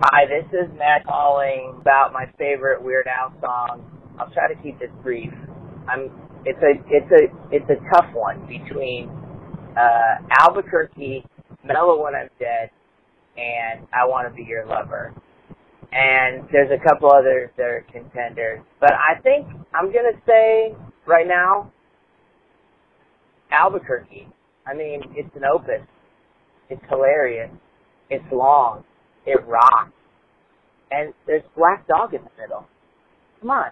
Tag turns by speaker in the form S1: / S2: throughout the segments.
S1: Hi, this is Matt calling about my favorite Weird Al song. I'll try to keep this brief. I'm it's a it's a it's a tough one between uh Albuquerque, Mellow When I'm Dead, and I Wanna Be Your Lover. And there's a couple others that are contenders. But I think I'm gonna say right now Albuquerque. I mean, it's an opus. It's hilarious. It's long. It rocks. And there's Black Dog in the middle. Come on.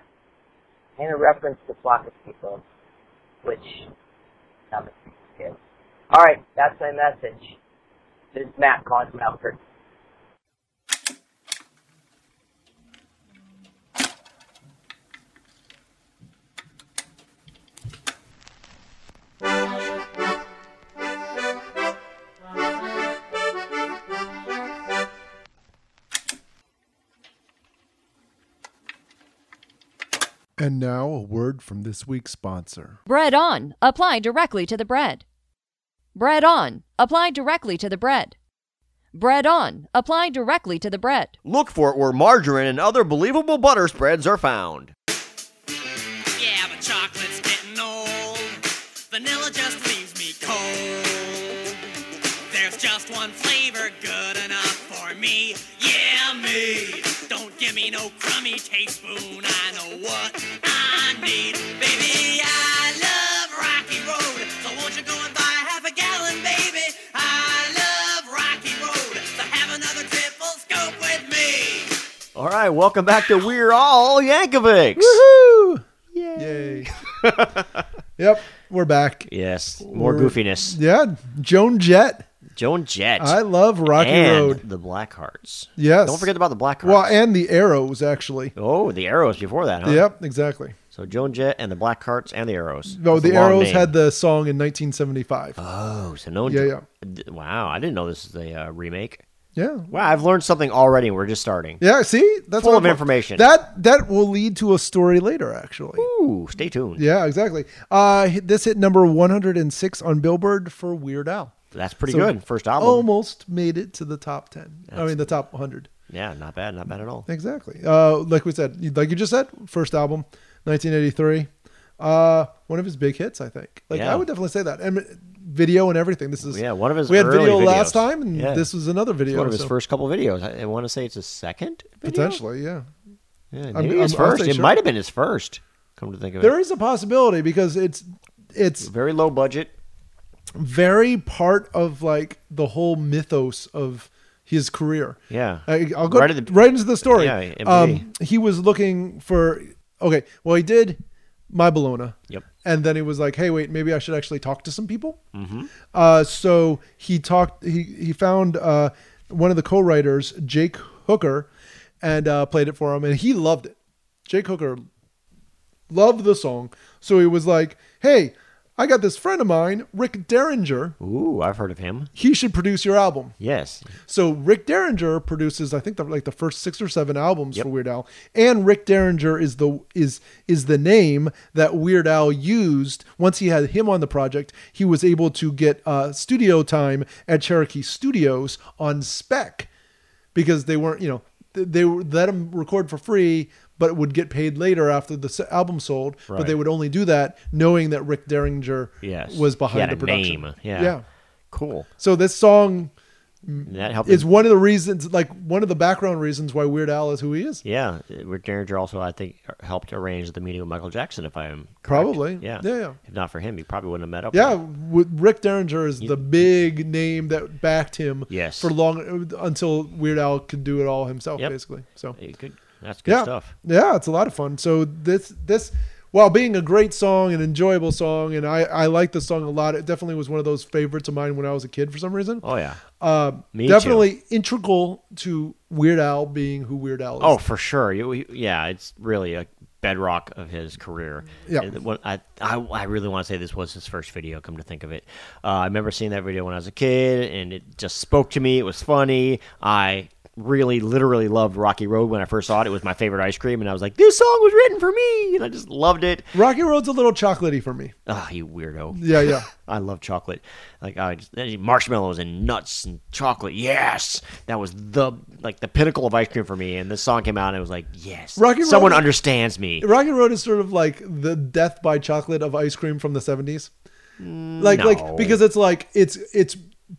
S1: And a reference to Flock of People, which I'm a All right, that's my message. This is Matt calling from Albuquerque.
S2: And now a word from this week's sponsor.
S3: Bread on. Apply directly to the bread. Bread on. Apply directly to the bread. Bread on. Apply directly to the bread.
S4: Look for it where margarine and other believable butter spreads are found.
S5: Yeah, but chocolate's getting old. Vanilla just leaves me cold. There's just one flavor good enough for me. Yeah, me. Don't give me no crummy teaspoon. I know what I need. Baby, I love Rocky Road. So won't you go and buy half a gallon, baby? I love Rocky Road. So have another triple scope with me.
S4: All right, welcome back to We're All Yankovics.
S2: Woohoo! Yay. yep, we're back.
S4: Yes, more
S2: We're-
S4: goofiness.
S2: Yeah, Joan Jett.
S4: Joan Jett
S2: I love Rocky
S4: and
S2: Road.
S4: the Blackhearts.
S2: Yes.
S4: Don't forget about the Blackhearts.
S2: Well, and the arrows actually.
S4: oh, the Arrows before that, huh?
S2: Yep, exactly.
S4: So Joan Jett and the Blackhearts and the Arrows.
S2: No,
S4: That's a
S2: the
S4: long
S2: arrows
S4: name.
S2: had the song in 1975.
S4: Oh, so no.
S2: Yeah, yeah.
S4: d- Wow, I didn't know this is a uh, remake.
S2: yeah.
S4: Wow, I've learned something already. We're just starting.
S2: Yeah, see? That's
S4: Full
S2: what
S4: of
S2: I'm-
S4: information.
S2: That that will lead to a story later actually.
S4: Ooh, stay tuned.
S2: Yeah, exactly. Uh hit- this hit number 106 on Billboard for Weird Al.
S4: That's pretty
S2: So
S4: good. First album.
S2: Almost made it to the top 10. I mean the top 100.
S4: Yeah, not bad. Not bad at all.
S2: Exactly. Uh like we said, like you just said, first album 1983. Uh one of his big hits, I think. Like
S4: Yeah.
S2: I would definitely say that. And video and everything. This is
S4: Yeah, one of his
S2: We had
S4: early
S2: video last
S4: videos.
S2: time and
S4: Yeah.
S2: this was another
S4: It's
S2: video.
S4: one of his
S2: so
S4: first couple videos. I, I want to say it's his second. Video?
S2: potentially, yeah.
S4: Yeah,
S2: I'm-
S4: maybe his
S2: I'm- I'll
S4: first.
S2: say
S4: It
S2: sure.
S4: might have been his first. Come to think of
S2: There
S4: it,
S2: is a possibility because it's it's
S4: very low budget.
S2: very part of like the whole mythos of his career.
S4: Yeah.
S2: I, I'll go
S4: Right
S2: right,
S4: at the-
S2: into the story.
S4: Yeah, MVP.
S2: um, he was looking for okay. Well, he did my Bologna.
S4: Yep.
S2: And then he was like, "Hey, wait, maybe I should actually talk to some people."
S4: Mm-hmm.
S2: Uh, so he talked. He he found uh, one of the co-writers, Jake Hooker, and uh, played it for him, and he loved it. Jake Hooker loved the song, so he was like, "Hey, I got this friend of mine, Rick Derringer.
S4: Ooh, I've heard of him.
S2: He should produce your album."
S4: Yes.
S2: So Rick Derringer produces, I think, the, like the first six or seven albums
S4: Yep.
S2: for Weird Al, and Rick Derringer is the is is the name that Weird Al used. Once he had him on the project, he was able to get uh, studio time at Cherokee Studios on spec because they weren't, you know, th- they were, let him record for free, but would get paid later after the s- album sold. But
S4: Right.
S2: they would only do that knowing that Rick Derringer
S4: Yes.
S2: was
S4: He
S2: behind
S4: had
S2: the
S4: a
S2: production.
S4: name. Yeah.
S2: yeah. Mm,
S4: Cool.
S2: So this song
S4: And that helped.
S2: is
S4: him-
S2: one of the reasons, like one of the background reasons why Weird Al is who he is.
S4: yeah. Rick Derringer also, I think, er, helped arrange the meeting with Michael Jackson. If I'm correct.
S2: Probably.
S4: Yeah.
S2: Yeah, yeah.
S4: If not for him, he probably wouldn't have met up.
S2: Yeah,
S4: with him.
S2: w- Rick Derringer is the big name that backed him
S4: Yes.
S2: for long until Weird Al could do it all himself,
S4: Yep.
S2: basically. So
S4: Hey, good. That's good
S2: yeah,
S4: stuff.
S2: yeah, it's a lot of fun. So this this while being a great song, an enjoyable song, and I I like the song a lot. It definitely was one of those favorites of mine when I was a kid for some reason.
S4: Oh yeah.
S2: Uh,
S4: me too.
S2: definitely integral to Weird Al being who Weird Al is.
S4: Oh, for sure. You, you- yeah, it's really a bedrock of his career.
S2: Yeah.
S4: And what- I, I, I really want to say this was his first video, come to think of it. Uh, I remember seeing that video when I was a kid, and it just spoke to me. It was funny. I really literally loved Rocky Road when I first saw it. It was my favorite ice cream, and I was like, "This song was written for me," and I just loved it.
S2: Rocky Road's a little chocolatey for me.
S4: Ah, you weirdo!
S2: Yeah, yeah.
S4: I love chocolate. Like I just, marshmallows and nuts and chocolate. Yes, that was the like the pinnacle of ice cream for me. And this song came out, and it was like, yes,
S2: Rocky Road-
S4: someone understands me.
S2: Rocky Road is sort of like the death by chocolate of ice cream from the 70s.
S4: Mm.
S2: Like like
S4: no.
S2: because it's like it's it's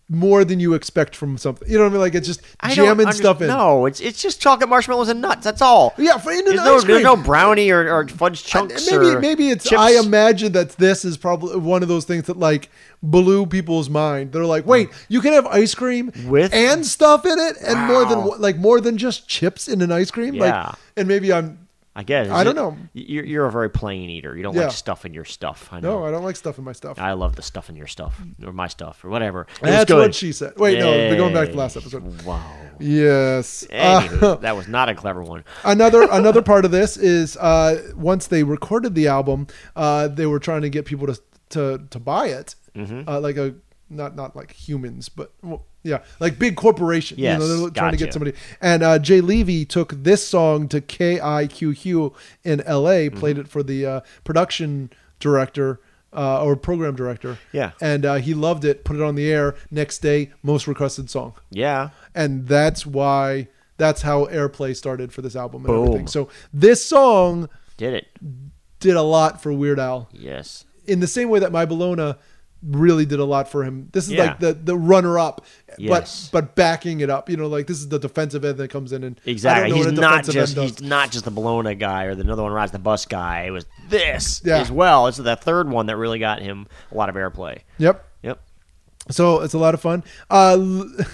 S2: more than you expect from something. You know what I mean? Like it's just
S4: I don't
S2: jamming
S4: under-
S2: stuff in.
S4: No, it's it's just chocolate marshmallows and nuts. That's all.
S2: Yeah, for in an
S4: there's no,
S2: ice cream.
S4: there's no brownie or, or fudge chunks.
S2: maybe
S4: or
S2: maybe it's
S4: chips.
S2: I imagine that this is probably one of those things that like blew people's mind. They're like, "Wait, you can have ice cream
S4: Mm. With-
S2: and stuff in it and more than
S4: Wow.
S2: one- like more than just chips in an ice cream?"
S4: Yeah.
S2: Like and maybe I'm
S4: I guess
S2: I don't know.
S4: You're, you're a very plain eater. You don't
S2: Yeah.
S4: like stuff in your stuff. I know.
S2: no, I don't like stuff in my stuff.
S4: I love the stuff in your stuff or my stuff or whatever. It was
S2: That's
S4: good.
S2: what she said. Wait, no, they're going back to the last
S4: Yay.
S2: episode.
S4: Wow.
S2: Yes.
S4: Anywho,
S2: Uh,
S4: that was not a clever one.
S2: another another part of this is uh, once they recorded the album, uh, they were trying to get people to to, to buy it,
S4: Mm-hmm.
S2: uh, like a not not like humans, but well, yeah, like big corporation.
S4: Yes,
S2: you know, they're trying to get
S4: gotcha.
S2: somebody. And uh, Jay Levy took this song to KIQQ in L.A.,
S4: Mm-hmm.
S2: played it for the uh, production director. Uh, or program director,
S4: Yeah.
S2: and uh, he loved it. Put it on the air next day, most requested song
S4: Yeah.
S2: and that's why that's how airplay started for this album and
S4: Boom.
S2: everything. So this song
S4: Did it.
S2: did a lot for Weird Al
S4: Yes.
S2: in the same way that My Bologna really did a lot for him. This is
S4: Yeah.
S2: like the the runner up,
S4: Yes.
S2: but but backing it up. You know, like this is the defensive end that comes in and I don't
S4: Exactly.
S2: know
S4: He's
S2: what a
S4: not
S2: defensive
S4: just
S2: end does.
S4: he's not just the Bologna guy or the another one rides the bus guy. It was this
S2: Yeah.
S4: as well. It's that third one that really got him a lot of airplay.
S2: Yep.
S4: Yep.
S2: So it's a lot of fun. Uh, l-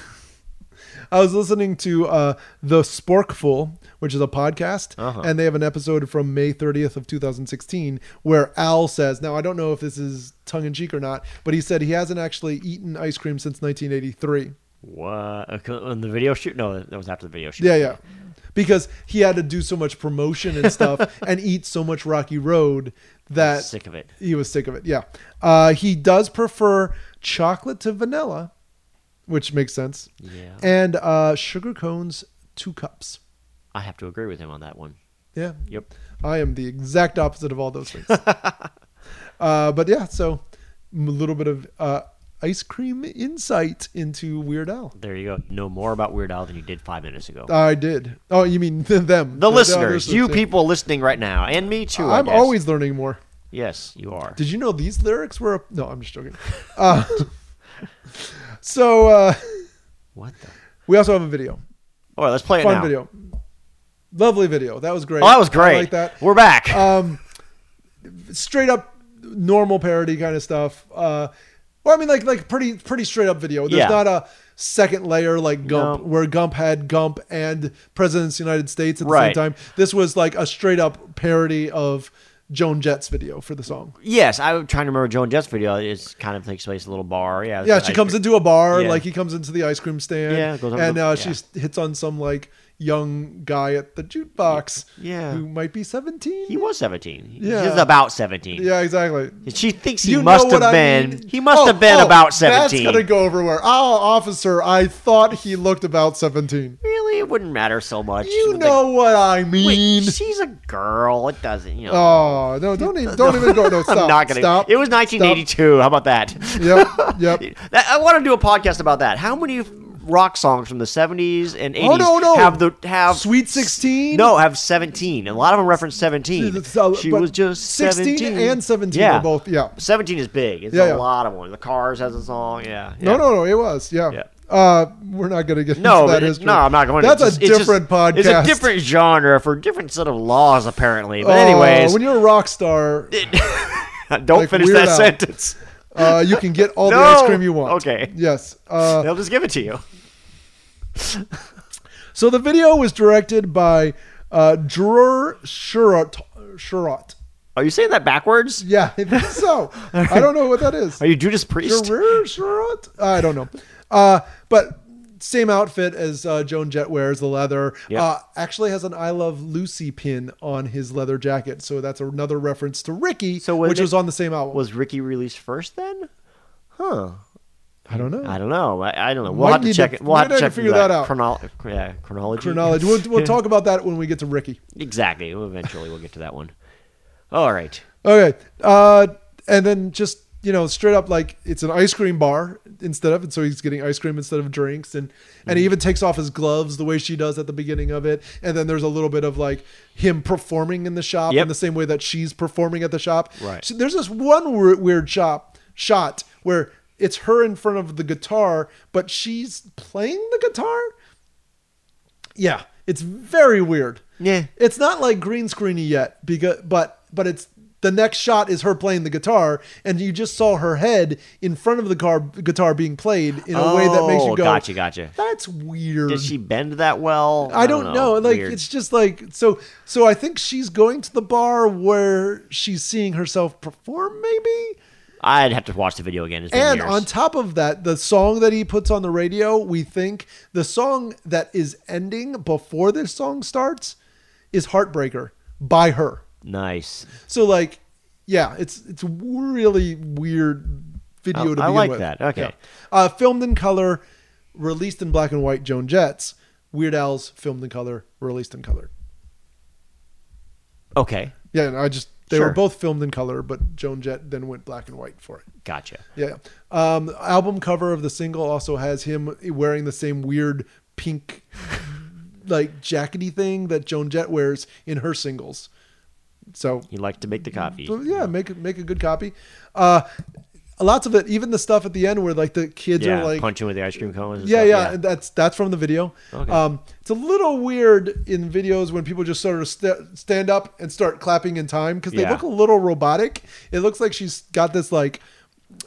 S2: I was listening to uh, the Sporkful, which is a podcast,
S4: Uh-huh.
S2: and they have an episode from May 30th of 2016 where Al says, "Now I don't know if this is tongue in cheek or not, but he said he hasn't actually eaten ice cream since 1983."
S4: What Uh, on the video shoot? No, that was after the video shoot.
S2: Yeah, yeah. Because he had to do so much promotion and stuff and eat so much Rocky Road that
S4: Sick of it.
S2: he was sick of it. Yeah. Uh, he does prefer chocolate to vanilla, which makes sense.
S4: Yeah.
S2: And uh, sugar cones, two cups.
S4: I have to agree with him on that one.
S2: Yeah.
S4: Yep.
S2: I am the exact opposite of all those things. uh, but yeah, so a little bit of uh, ice cream insight into Weird Al.
S4: There you go. Know more about Weird Al than you did five minutes ago.
S2: I did. Oh, you mean them?
S4: the
S2: other
S4: listeners, you
S2: yeah.
S4: people listening right now, and me too. I
S2: I'm
S4: guess.
S2: always learning more.
S4: yes, you are.
S2: Did you know these lyrics were? A- no, I'm just joking. Uh, so uh,
S4: What the?
S2: we also have a video.
S4: All right, let's play it
S2: Fun
S4: now.
S2: video. Lovely video. That was great.
S4: Oh, that was great.
S2: I like that.
S4: We're back.
S2: Um, straight up normal parody kind of stuff. Uh, well, I mean, like like pretty pretty straight up video. There's
S4: Yeah.
S2: not a second layer like Gump,
S4: No.
S2: where Gump had Gump and Presidents of the United States at the
S4: Right.
S2: same time. This was like a straight up parody of Joan Jett's video for the song.
S4: yes, I'm trying to remember Joan Jett's video. It kind of takes place in a little bar. Yeah.
S2: Yeah, she comes into a bar,
S4: Yeah.
S2: like he comes into the ice cream stand,
S4: Yeah, goes over
S2: and
S4: the-
S2: uh,
S4: yeah.
S2: she hits on some like young guy at the jukebox,
S4: Yeah.
S2: who might be seventeen.
S4: He was 17.
S2: Yeah.
S4: Yeah. He's about 17.
S2: yeah, exactly.
S4: She thinks he must have been. He must
S2: Oh,
S4: have been
S2: oh,
S4: about
S2: That's
S4: 17.
S2: gonna go everywhere. Oh, officer, I thought he looked about seventeen.
S4: Really, it wouldn't matter so much.
S2: You
S4: Like,
S2: know what I
S4: wait,
S2: mean?
S4: she's a girl. It doesn't. You know.
S2: oh no, don't even don't even go. No, stop.
S4: I'm not gonna.
S2: stop.
S4: It was 1982. How about that?
S2: Stop. Yep, yep.
S4: That- I want to do a podcast about that. How many rock songs from the 70s and 80s
S2: Oh, no, no.
S4: have the have
S2: Sweet 16?
S4: No, have 17. A lot of them reference 17.
S2: So,
S4: she
S2: but
S4: was just
S2: 16
S4: 17
S2: and 17
S4: Yeah,
S2: are both- yeah.
S4: 17 is big. It's
S2: Yeah,
S4: a
S2: yeah.
S4: lot of ones. The Cars has a song. Yeah.
S2: No,
S4: yeah.
S2: no, no. It was. Yeah.
S4: Yeah.
S2: Uh, we're not going to get
S4: No,
S2: into that
S4: but it-
S2: history.
S4: no, I'm not going. to.
S2: That's
S4: It's
S2: a
S4: just- it's just-
S2: different podcast.
S4: It's a different genre for a different set of laws, apparently. But
S2: Uh,
S4: anyways,
S2: when you're a rock star,
S4: don't
S2: like
S4: finish
S2: Weird
S4: that
S2: Al.
S4: sentence.
S2: uh, you can get all the
S4: No.
S2: ice cream you want.
S4: Okay.
S2: Yes. Uh,
S4: They'll just give it to you.
S2: So the video was directed by uh, Dror Sherrod. Sherrod.
S4: Are you saying that backwards?
S2: Yeah, I think so. I don't know what that is.
S4: Are you Judas Priest?
S2: Dror Sherrod? I don't know. Uh, but same outfit as uh, Joan Jett wears, the leather.
S4: Yeah.
S2: Uh, actually has an I Love Lucy pin on his leather jacket. So that's another reference to Ricky,
S4: So was
S2: which
S4: it-
S2: was on the same album.
S4: Was Ricky released first then? Huh.
S2: I don't know.
S4: I don't know. I, I don't know. We'll
S2: Might
S4: have
S2: need
S4: to
S2: to-
S4: check it. We'll
S2: might
S4: have to
S2: need to
S4: check
S2: figure
S4: the
S2: that out.
S4: chronol- yeah, chronology.
S2: Chronology. We'll, we'll talk about that when we get to Ricky.
S4: Exactly. Well, Eventually, we'll get to that one. All right.
S2: Okay. Uh, and then just, you know, straight up like it's an ice cream bar instead of, and so he's getting ice cream instead of drinks. And, and
S4: Mm-hmm.
S2: he even takes off his gloves the way she does at the beginning of it. And then there's a little bit of like him performing in the shop
S4: Yep.
S2: in the same way that she's performing at the shop.
S4: Right.
S2: So there's this one weird, weird shop shot where it's her in front of the guitar, but she's playing the guitar. Yeah, it's very weird.
S4: Yeah.
S2: it's not like green screeny yet because but but it's the next shot is her playing the guitar, and you just saw her head in front of the car guitar being played in a way that makes you
S4: Oh,
S2: go,
S4: gotcha, gotcha.
S2: That's weird.
S4: Did she bend that well?
S2: I don't know. Like
S4: Weird.
S2: it's just like so. So I think she's going to the bar where she's seeing herself perform, maybe.
S4: I'd have to watch the video again. It's been
S2: And
S4: years.
S2: on top of that, the song that he puts on the radio, we think the song that is ending before this song starts is Heartbreaker by her.
S4: nice.
S2: So like, yeah, it's it's really weird video
S4: Oh,
S2: to
S4: I
S2: begin
S4: like
S2: with.
S4: that. Okay.
S2: Yeah. Uh, filmed in color, released in black and white. Joan Jets, Weird Al's filmed in color, released in color.
S4: Okay.
S2: Yeah, and I just they
S4: Sure.
S2: were both filmed in color, but Joan Jett then went black and white for it.
S4: Gotcha.
S2: Yeah. Um, album cover of the single also has him wearing the same weird pink, like jackety thing that Joan Jett wears in her singles. So
S4: You like to make the coffee.
S2: so, yeah, make make a good copy. Uh, lots of it, even the stuff at the end where like the kids
S4: Yeah.
S2: are like,
S4: punching with the ice cream cones. and
S2: yeah,
S4: stuff.
S2: yeah, and that's that's from the video.
S4: Okay.
S2: Um, it's a little weird in videos when people just sort of st- stand up and start clapping in time because they
S4: Yeah.
S2: look a little robotic. It looks like she's got this like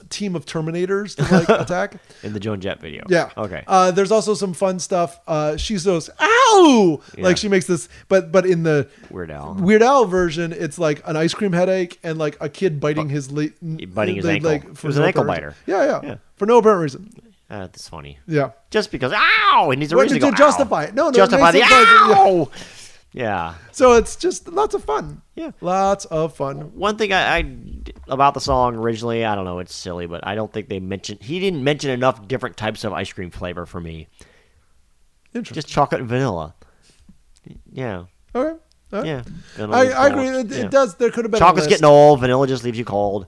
S2: team of Terminators to like attack.
S4: In the Joan Jett video.
S2: Yeah.
S4: Okay.
S2: Uh, there's also some fun stuff. Uh, she goes, "Ow!"
S4: Yeah.
S2: Like she makes this, but but in the
S4: Weird Al.
S2: Weird Al version, it's like an ice cream headache and like a kid biting his le-
S4: biting his ankle. It was an
S2: no
S4: ankle
S2: apparent
S4: biter.
S2: reason. Yeah, yeah,
S4: Yeah.
S2: For no apparent reason.
S4: Uh, that's funny.
S2: Yeah.
S4: Just because, ow, it needs a
S2: Well,
S4: reason
S2: to
S4: go,
S2: justify
S4: ow.
S2: it. No, no, it
S4: justify the
S2: makes sense.
S4: ow. Yeah.
S2: So it's just lots of fun.
S4: Yeah.
S2: Lots of fun.
S4: One thing I, I about the song originally, I don't know, it's silly, but I don't think they mentioned. He didn't mention enough different types of ice cream flavor for me.
S2: Interesting.
S4: Just chocolate and vanilla. Yeah.
S2: okay. All right.
S4: Yeah.
S2: I,
S4: Vanilla's
S2: I
S4: cold.
S2: agree. It,
S4: Yeah.
S2: it does. There could have been a
S4: Chocolate's
S2: list.
S4: getting old. Vanilla just leaves you cold.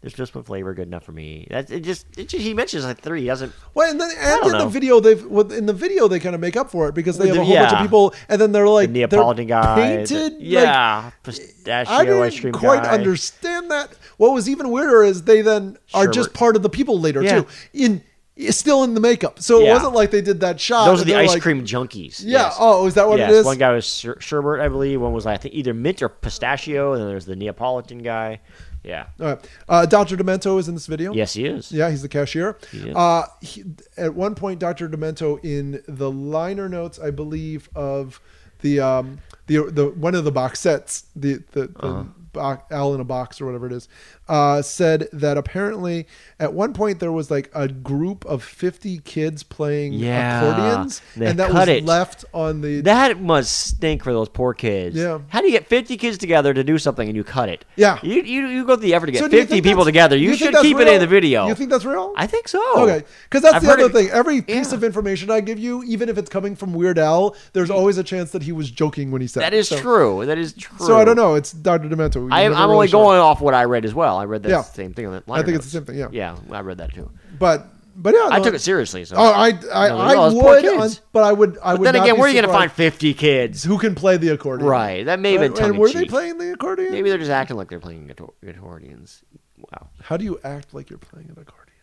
S4: There's just one flavor good enough for me. That's it. Just, it just he mentions like three. He doesn't.
S2: Well, and then and
S4: don't
S2: in the
S4: know.
S2: video they've with- in the video they kind of make up for it because they have
S4: With
S2: a
S4: the-
S2: whole bunch
S4: yeah.
S2: of people and then they're like
S4: The
S2: they're
S4: Neapolitan guy. the-
S2: painted. like,
S4: yeah.
S2: I
S4: pistachio ice cream
S2: didn't quite
S4: guy.
S2: understand that. What was even weirder is they then are
S4: Sherbert.
S2: just part of the people later
S4: Yeah.
S2: too, in still in the makeup. So it
S4: Yeah.
S2: wasn't like they did that shot.
S4: Those are
S2: and
S4: the
S2: they're
S4: ice
S2: like-
S4: cream junkies.
S2: Yeah.
S4: Yes.
S2: Oh, is that what
S4: yes.
S2: it is?
S4: One guy was Sher- sherbet, I believe. One was I think either mint or pistachio, and then there's the Neapolitan guy. Yeah.
S2: All right. Uh, Doctor Demento is in this video.
S4: Yes, he is.
S2: Yeah, he's the cashier.
S4: is.
S2: Uh, he, at one point, Doctor Demento in the liner notes, I believe, of the um, the the one of the box sets, the the, the
S4: Uh-huh.
S2: bo- Al in a box or whatever it is, uh, said that apparently at one point there was like a group of fifty kids playing
S4: Yeah.
S2: accordions,
S4: They
S2: and that was
S4: cut it.
S2: left on the.
S4: That must stink for those poor kids.
S2: Yeah.
S4: How do you get 50 kids together to do something and you cut it?
S2: Yeah.
S4: You you, you go through the effort to get
S2: So do you
S4: 50
S2: think
S4: people
S2: that's-
S4: together.
S2: do
S4: You,
S2: think
S4: should
S2: that's
S4: keep it
S2: real?
S4: in the video.
S2: You think that's real?
S4: I think so.
S2: Okay, because that's
S4: Oh. I've
S2: the
S4: heard
S2: other
S4: it-
S2: thing. Every piece
S4: Yeah.
S2: of information I give you, even if it's coming from Weird Al, there's always a chance that he was joking when he said
S4: That
S2: it.
S4: is
S2: So-
S4: true. That is true.
S2: So I don't know. It's Dr. Demento. You're
S4: I, am
S2: never
S4: I'm
S2: really
S4: only
S2: sure.
S4: going off what I read as well. I read that
S2: Yeah.
S4: same thing. On the
S2: I
S4: liner
S2: think it's the
S4: notes.
S2: same thing. Yeah.
S4: Yeah, I read that too.
S2: But but yeah,
S4: I
S2: no,
S4: took it seriously. So.
S2: Oh, I I,
S4: No,
S2: I
S4: those poor
S2: would,
S4: kids.
S2: on, but I would I would.
S4: then
S2: not
S4: again,
S2: be
S4: where are you going to find
S2: surprised
S4: 50 kids?
S2: who can play the accordion?
S4: Right. That may have been
S2: And- And
S4: tongue
S2: were
S4: in
S2: they
S4: cheek.
S2: playing the accordion?
S4: Maybe they're just acting like they're playing guitar- accordions. Wow.
S2: How do you act like you're playing an accordion?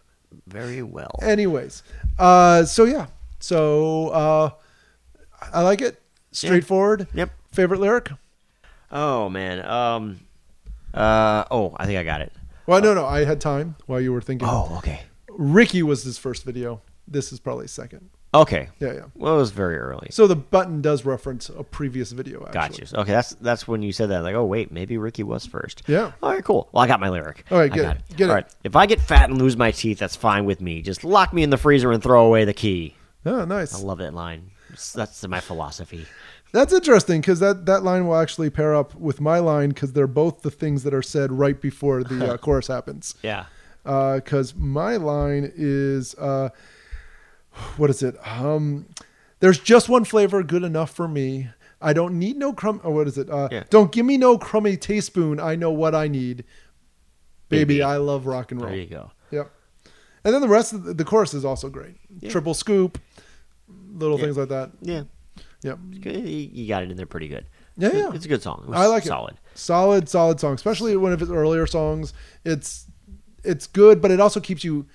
S4: Very well.
S2: Anyways, uh, so yeah, so uh, I like it. Straightforward.
S4: Yep.
S2: Favorite lyric?
S4: Oh man. Um. Uh. Oh, I think I got it.
S2: Well, no, no. I had time while you were thinking.
S4: Oh, okay.
S2: Ricky was his first video. This is probably his second.
S4: Okay.
S2: Yeah, yeah.
S4: Well, it was very early.
S2: So the button does reference a previous video. Actually.
S4: Gotcha. Okay, that's that's when you said that. Like, oh wait, maybe Ricky was first.
S2: Yeah.
S4: All right, cool. Well, I got my lyric.
S2: All right,
S4: I
S2: get
S4: got
S2: it. Get it.
S4: All right. If I get fat and lose my teeth, that's fine with me. Just lock me in the freezer and throw away the key.
S2: Oh, nice.
S4: I love that line. That's my philosophy.
S2: That's interesting because that, that line will actually pair up with my line because they're both the things that are said right before the uh, chorus happens.
S4: Yeah.
S2: because my line is uh, what is it? Um, there's just one flavor good enough for me. I don't need no crumb. Or what is it? Uh,
S4: Yeah.
S2: Don't give me no crummy teaspoon. I know what I need. Baby,
S4: Baby.
S2: I love rock and roll.
S4: There you go.
S2: Yep. And then the rest of the, the chorus is also great. Triple scoop, little
S4: Yeah.
S2: things like that.
S4: Yeah,
S2: Yep.
S4: it's good. You you got it in there pretty good.
S2: Yeah,
S4: It's a-
S2: yeah.
S4: It's a good song. It was
S2: I like
S4: solid.
S2: it. Solid, solid song, especially one of his earlier songs. It's it's good, but it also keeps you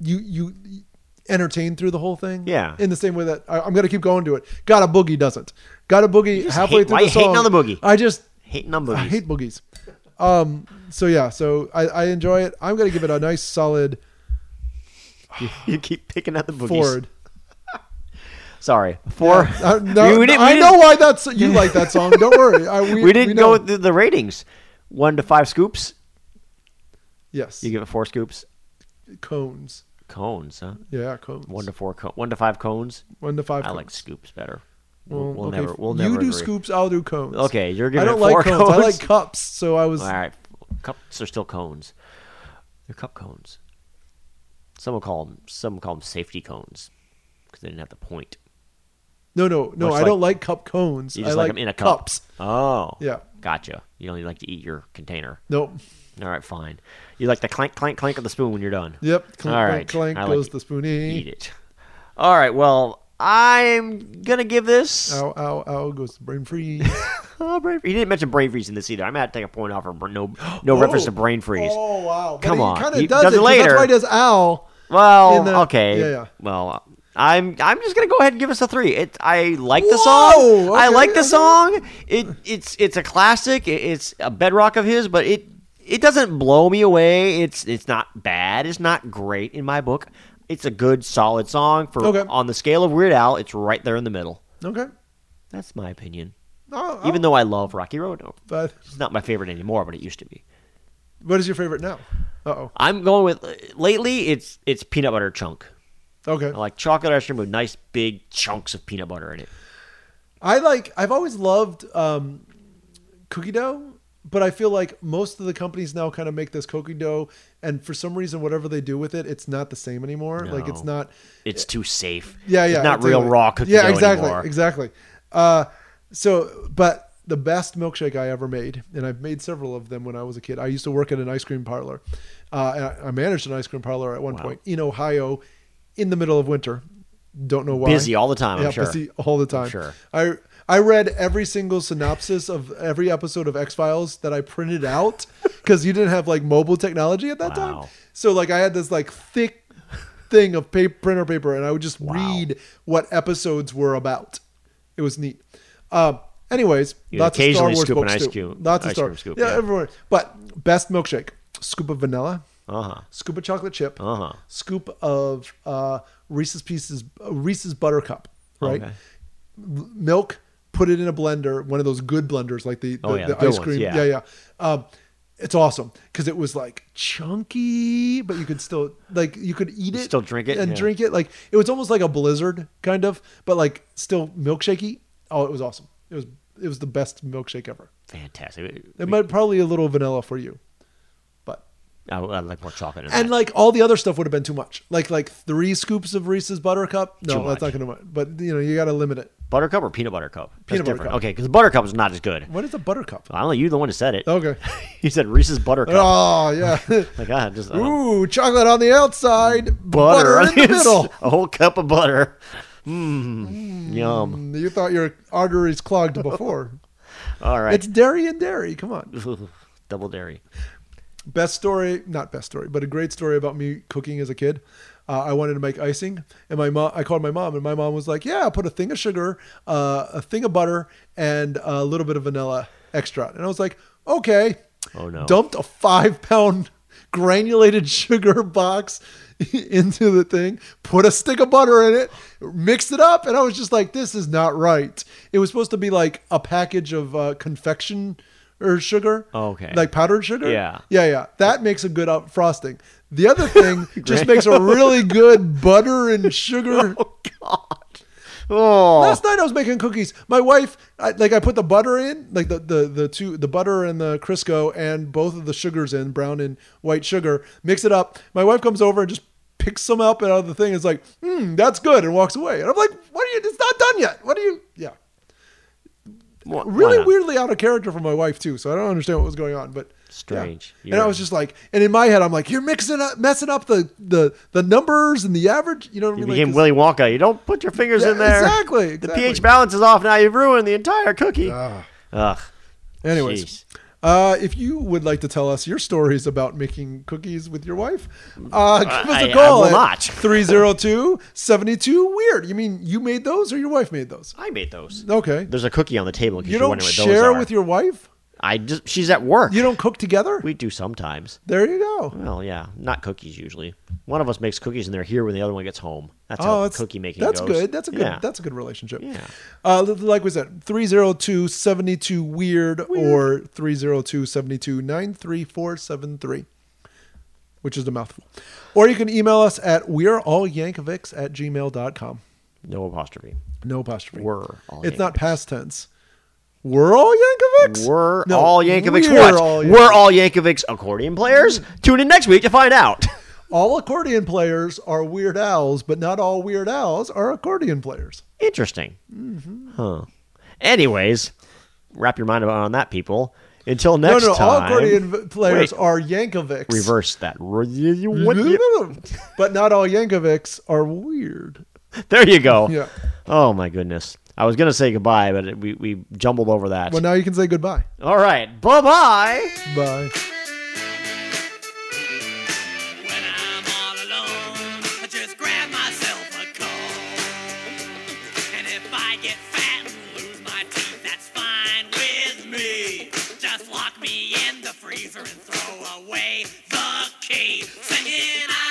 S2: you you entertained through the whole thing.
S4: Yeah.
S2: In the same way that I, I'm going to keep going to it. Got a boogie doesn't. Got a boogie
S4: just
S2: halfway
S4: hate-
S2: through
S4: why
S2: the
S4: you hating
S2: song.
S4: on the boogie?
S2: I just
S4: Hating on boogies.
S2: I hate boogies. Um. So yeah. So I, I enjoy it. I'm going to give it a nice solid
S4: you keep picking out the boogies.
S2: forward.
S4: Sorry. Four.
S2: Uh, no,
S4: we didn't, we
S2: I
S4: didn't-
S2: know why that's you like that song. Don't worry. I, we,
S4: We didn't
S2: know.
S4: go through the ratings. One to five scoops.
S2: yes.
S4: You give it four scoops.
S2: cones.
S4: Cones, huh?
S2: Yeah, cones.
S4: One to four. Co- one to five cones.
S2: One to five.
S4: I
S2: cones.
S4: like scoops better.
S2: Well,
S4: we'll
S2: okay,
S4: never. We'll
S2: you
S4: never.
S2: do
S4: agree.
S2: scoops. I'll do cones.
S4: Okay, you're
S2: I
S4: giving
S2: don't
S4: it
S2: like
S4: four
S2: cones. I
S4: cones?
S2: like cups. So I was.
S4: All right, cups are still cones. They're cup cones. Some will call them. Some will call them safety cones because they didn't have the point.
S2: No, no, no.
S4: Much
S2: I
S4: like-
S2: don't like cup cones.
S4: You just
S2: I
S4: like
S2: like
S4: them in a cup.
S2: cups.
S4: Oh,
S2: Yeah.
S4: gotcha. You don't like to eat your container.
S2: Nope.
S4: All right, fine. You like the clank, clank, clank of the spoon when you're done.
S2: Yep. Clank,
S4: All
S2: clank,
S4: right,
S2: clank
S4: I like
S2: goes
S4: it.
S2: the spoonie.
S4: Eat it. All right. Well, I'm gonna give this.
S2: Ow, ow, ow goes the brain freeze.
S4: Oh, brain freeze. He didn't mention brain freeze in this either. I'm gonna take a point off for br- no no reference to brain freeze.
S2: Oh wow! But
S4: Come
S2: he
S4: on.
S2: Kind
S4: He
S2: of does,
S4: does
S2: it
S4: it
S2: 'cause That's
S4: later.
S2: why he does ow.
S4: Well,
S2: in the-
S4: okay.
S2: yeah, yeah.
S4: Well, I'm I'm just gonna go ahead and give us a three. It I like the
S2: Whoa,
S4: song. I
S2: okay,
S4: like the
S2: okay.
S4: song. It it's it's a classic. It, it's a bedrock of his, but it it doesn't blow me away. It's it's not bad. It's not great in my book. It's a good solid song for
S2: Okay.
S4: on the scale of Weird Al. It's right there in the middle.
S2: Okay.
S4: That's my opinion.
S2: Oh,
S4: Even though I love Rocky Road,
S2: But
S4: it's not my favorite anymore, but it used to be.
S2: what is your favorite now? Uh oh.
S4: I'm going with lately. It's it's peanut butter chunk.
S2: Okay.
S4: I like chocolate ice cream with nice big chunks of peanut butter in it.
S2: I like I've always loved um, cookie dough, but I feel like most of the companies now kind of make this cookie dough, and for some reason, whatever they do with it, it's not the same anymore. Like it's
S4: No.
S2: not.
S4: It's too safe.
S2: Yeah, yeah.
S4: It's not
S2: exactly.
S4: real raw cookie
S2: Yeah,
S4: dough
S2: exactly,
S4: anymore.
S2: exactly. Uh, so, but the best milkshake I ever made, and I've made several of them when I was a kid. I used to work at an ice cream parlor. Uh, and I- I managed an ice cream parlor at one point in Ohio, in the middle of winter. Don't know why.
S4: Busy all the time, I'm
S2: yeah,
S4: sure.
S2: busy all the time.
S4: sure.
S2: I I read every single synopsis of every episode of X Files that I printed out because you didn't have like mobile technology at that time.
S4: Wow.
S2: So like I had this like thick thing of paper, printer paper, and I would just read what episodes were about. It was neat. Um, anyways,
S4: You'd
S2: lots of Star
S4: occasionally
S2: Wars
S4: scoop an
S2: books
S4: ice
S2: too.
S4: cube-
S2: lots of
S4: ice
S2: Star
S4: cream scoop,
S2: yeah,
S4: yeah.
S2: everyone. But best milkshake: scoop of vanilla,
S4: Uh huh.
S2: scoop of chocolate chip,
S4: Uh-huh.
S2: scoop of uh, Reese's Pieces, Reese's Buttercup, right?
S4: Okay.
S2: milk, put it in a blender, one of those good blenders, like the, the,
S4: Oh, yeah,
S2: the
S4: the good
S2: ice
S4: ones,
S2: cream.
S4: yeah.
S2: yeah, Um, it's awesome because it was like chunky, but you could still like you could eat it,
S4: still drink it,
S2: and
S4: yeah.
S2: drink it. Like it was almost like a blizzard kind of, but like still milkshakey. Oh, it was awesome. It was it was the best milkshake ever.
S4: Fantastic.
S2: It might probably a little vanilla for you, but
S4: I, I like more chocolate. In
S2: and
S4: that.
S2: like all the other stuff would have been too much. Like like three scoops of Reese's Buttercup. No,
S4: Too
S2: that's not
S4: much.
S2: gonna. But you know you got to limit it.
S4: buttercup or peanut butter cup. That's
S2: Peanut butter
S4: different.
S2: cup.
S4: Okay, because buttercup is not as good.
S2: What is a buttercup?
S4: I don't know. You're the one who said it.
S2: Okay.
S4: you said Reese's buttercup.
S2: Oh yeah.
S4: Like I just I don't-
S2: Ooh, chocolate on the outside, butter,
S4: butter
S2: in the middle.
S4: a whole cup of butter. Mmm. Yum.
S2: You thought your arteries clogged before.
S4: All right.
S2: It's dairy and dairy. Come on.
S4: Double dairy.
S2: Best story, not best story, but a great story about me cooking as a kid. Uh, I wanted to make icing, and my mom. I called my mom, and my mom was like, "Yeah, put a thing of sugar, uh, a thing of butter, and a little bit of vanilla extra." And I was like, "Okay."
S4: Oh, no.
S2: Dumped a five pound granulated sugar box into the thing, put a stick of butter in it, mixed it up, and I was just like, "This is not right." It was supposed to be like a package of uh, confection or sugar,
S4: Oh, Okay.
S2: like powdered sugar.
S4: Yeah.
S2: yeah, yeah. That makes a good out frosting. The other thing just makes a really good butter and sugar.
S4: Oh, all.
S2: Last night I was making cookies. My wife, I, like, I put the butter in, like the, the the two, the butter and the Crisco, and both of the sugars in, brown and white sugar. Mix it up. My wife comes over and just picks some up out of the thing. Is like, hmm, that's good, and walks away. And I'm like, what are you? It's not done yet. What are you? Yeah,
S4: Why- why
S2: really
S4: not?
S2: weirdly out of character for my wife too. So I don't understand what was going on, but yeah.
S4: Strange.
S2: And I
S4: You're-
S2: was just like, and in my head, I'm like, you're mixing up, messing up the the the numbers and the average. You know what I
S4: You
S2: mean?
S4: became
S2: like,
S4: Willy Wonka. You don't put your fingers
S2: Yeah,
S4: in there.
S2: exactly,
S4: The
S2: exactly.
S4: pH balance is off now. You've ruined the entire cookie. Ugh.
S2: Anyways,
S4: Jeez.
S2: uh, if you would like to tell us your stories about making cookies with your wife, uh, give us
S4: I- I
S2: a call
S4: will
S2: at
S4: not.
S2: 302 72 Weird. You mean you made those or your wife made those?
S4: I made those.
S2: Okay.
S4: There's a cookie on the table. in case
S2: You
S4: you're
S2: don't
S4: wondering what those
S2: share
S4: are.
S2: with your wife?
S4: I just. She's at work.
S2: You don't cook together?
S4: We do sometimes.
S2: there you go.
S4: Well, yeah, not cookies usually. One of us makes cookies and they're here when the other one gets home. That's
S2: oh,
S4: how
S2: that's,
S4: cookie making
S2: That's
S4: goes.
S2: good. That's a good.
S4: Yeah.
S2: That's a good relationship.
S4: Yeah.
S2: Uh, li- like we said, 302-72 weird, or 302-7293473, which is a mouthful. Or you can email us at we're all yankovics at gmail.com.
S4: no apostrophe.
S2: No apostrophe.
S4: We're all
S2: It's not past tense. We're all Yankovics.
S4: We're
S2: No,
S4: all Yankovics.
S2: we're
S4: What?
S2: all
S4: we're all Yankovics accordion players. Tune in next week to find out.
S2: All accordion players are weird owls, but not all weird owls are accordion players.
S4: Interesting.
S2: Mm-hmm.
S4: Huh. Anyways, wrap your mind on that, people. Until next
S2: no, no,
S4: time.
S2: all accordion v- players
S4: Wait.
S2: are Yankovics.
S4: Reverse that.
S2: Mm-hmm.
S4: There
S2: but not all Yankovics are weird.
S4: you go.
S2: Yeah.
S4: Oh my goodness. I was gonna say goodbye, but it- we we jumbled over that.
S2: Well, now you can say goodbye.
S4: All right. Bye bye.
S2: Bye.
S5: When I'm all alone, I just grab myself a comb. And if I get fat and lose my teeth, that's fine with me. Just lock me in the freezer and throw away the key. Singing, I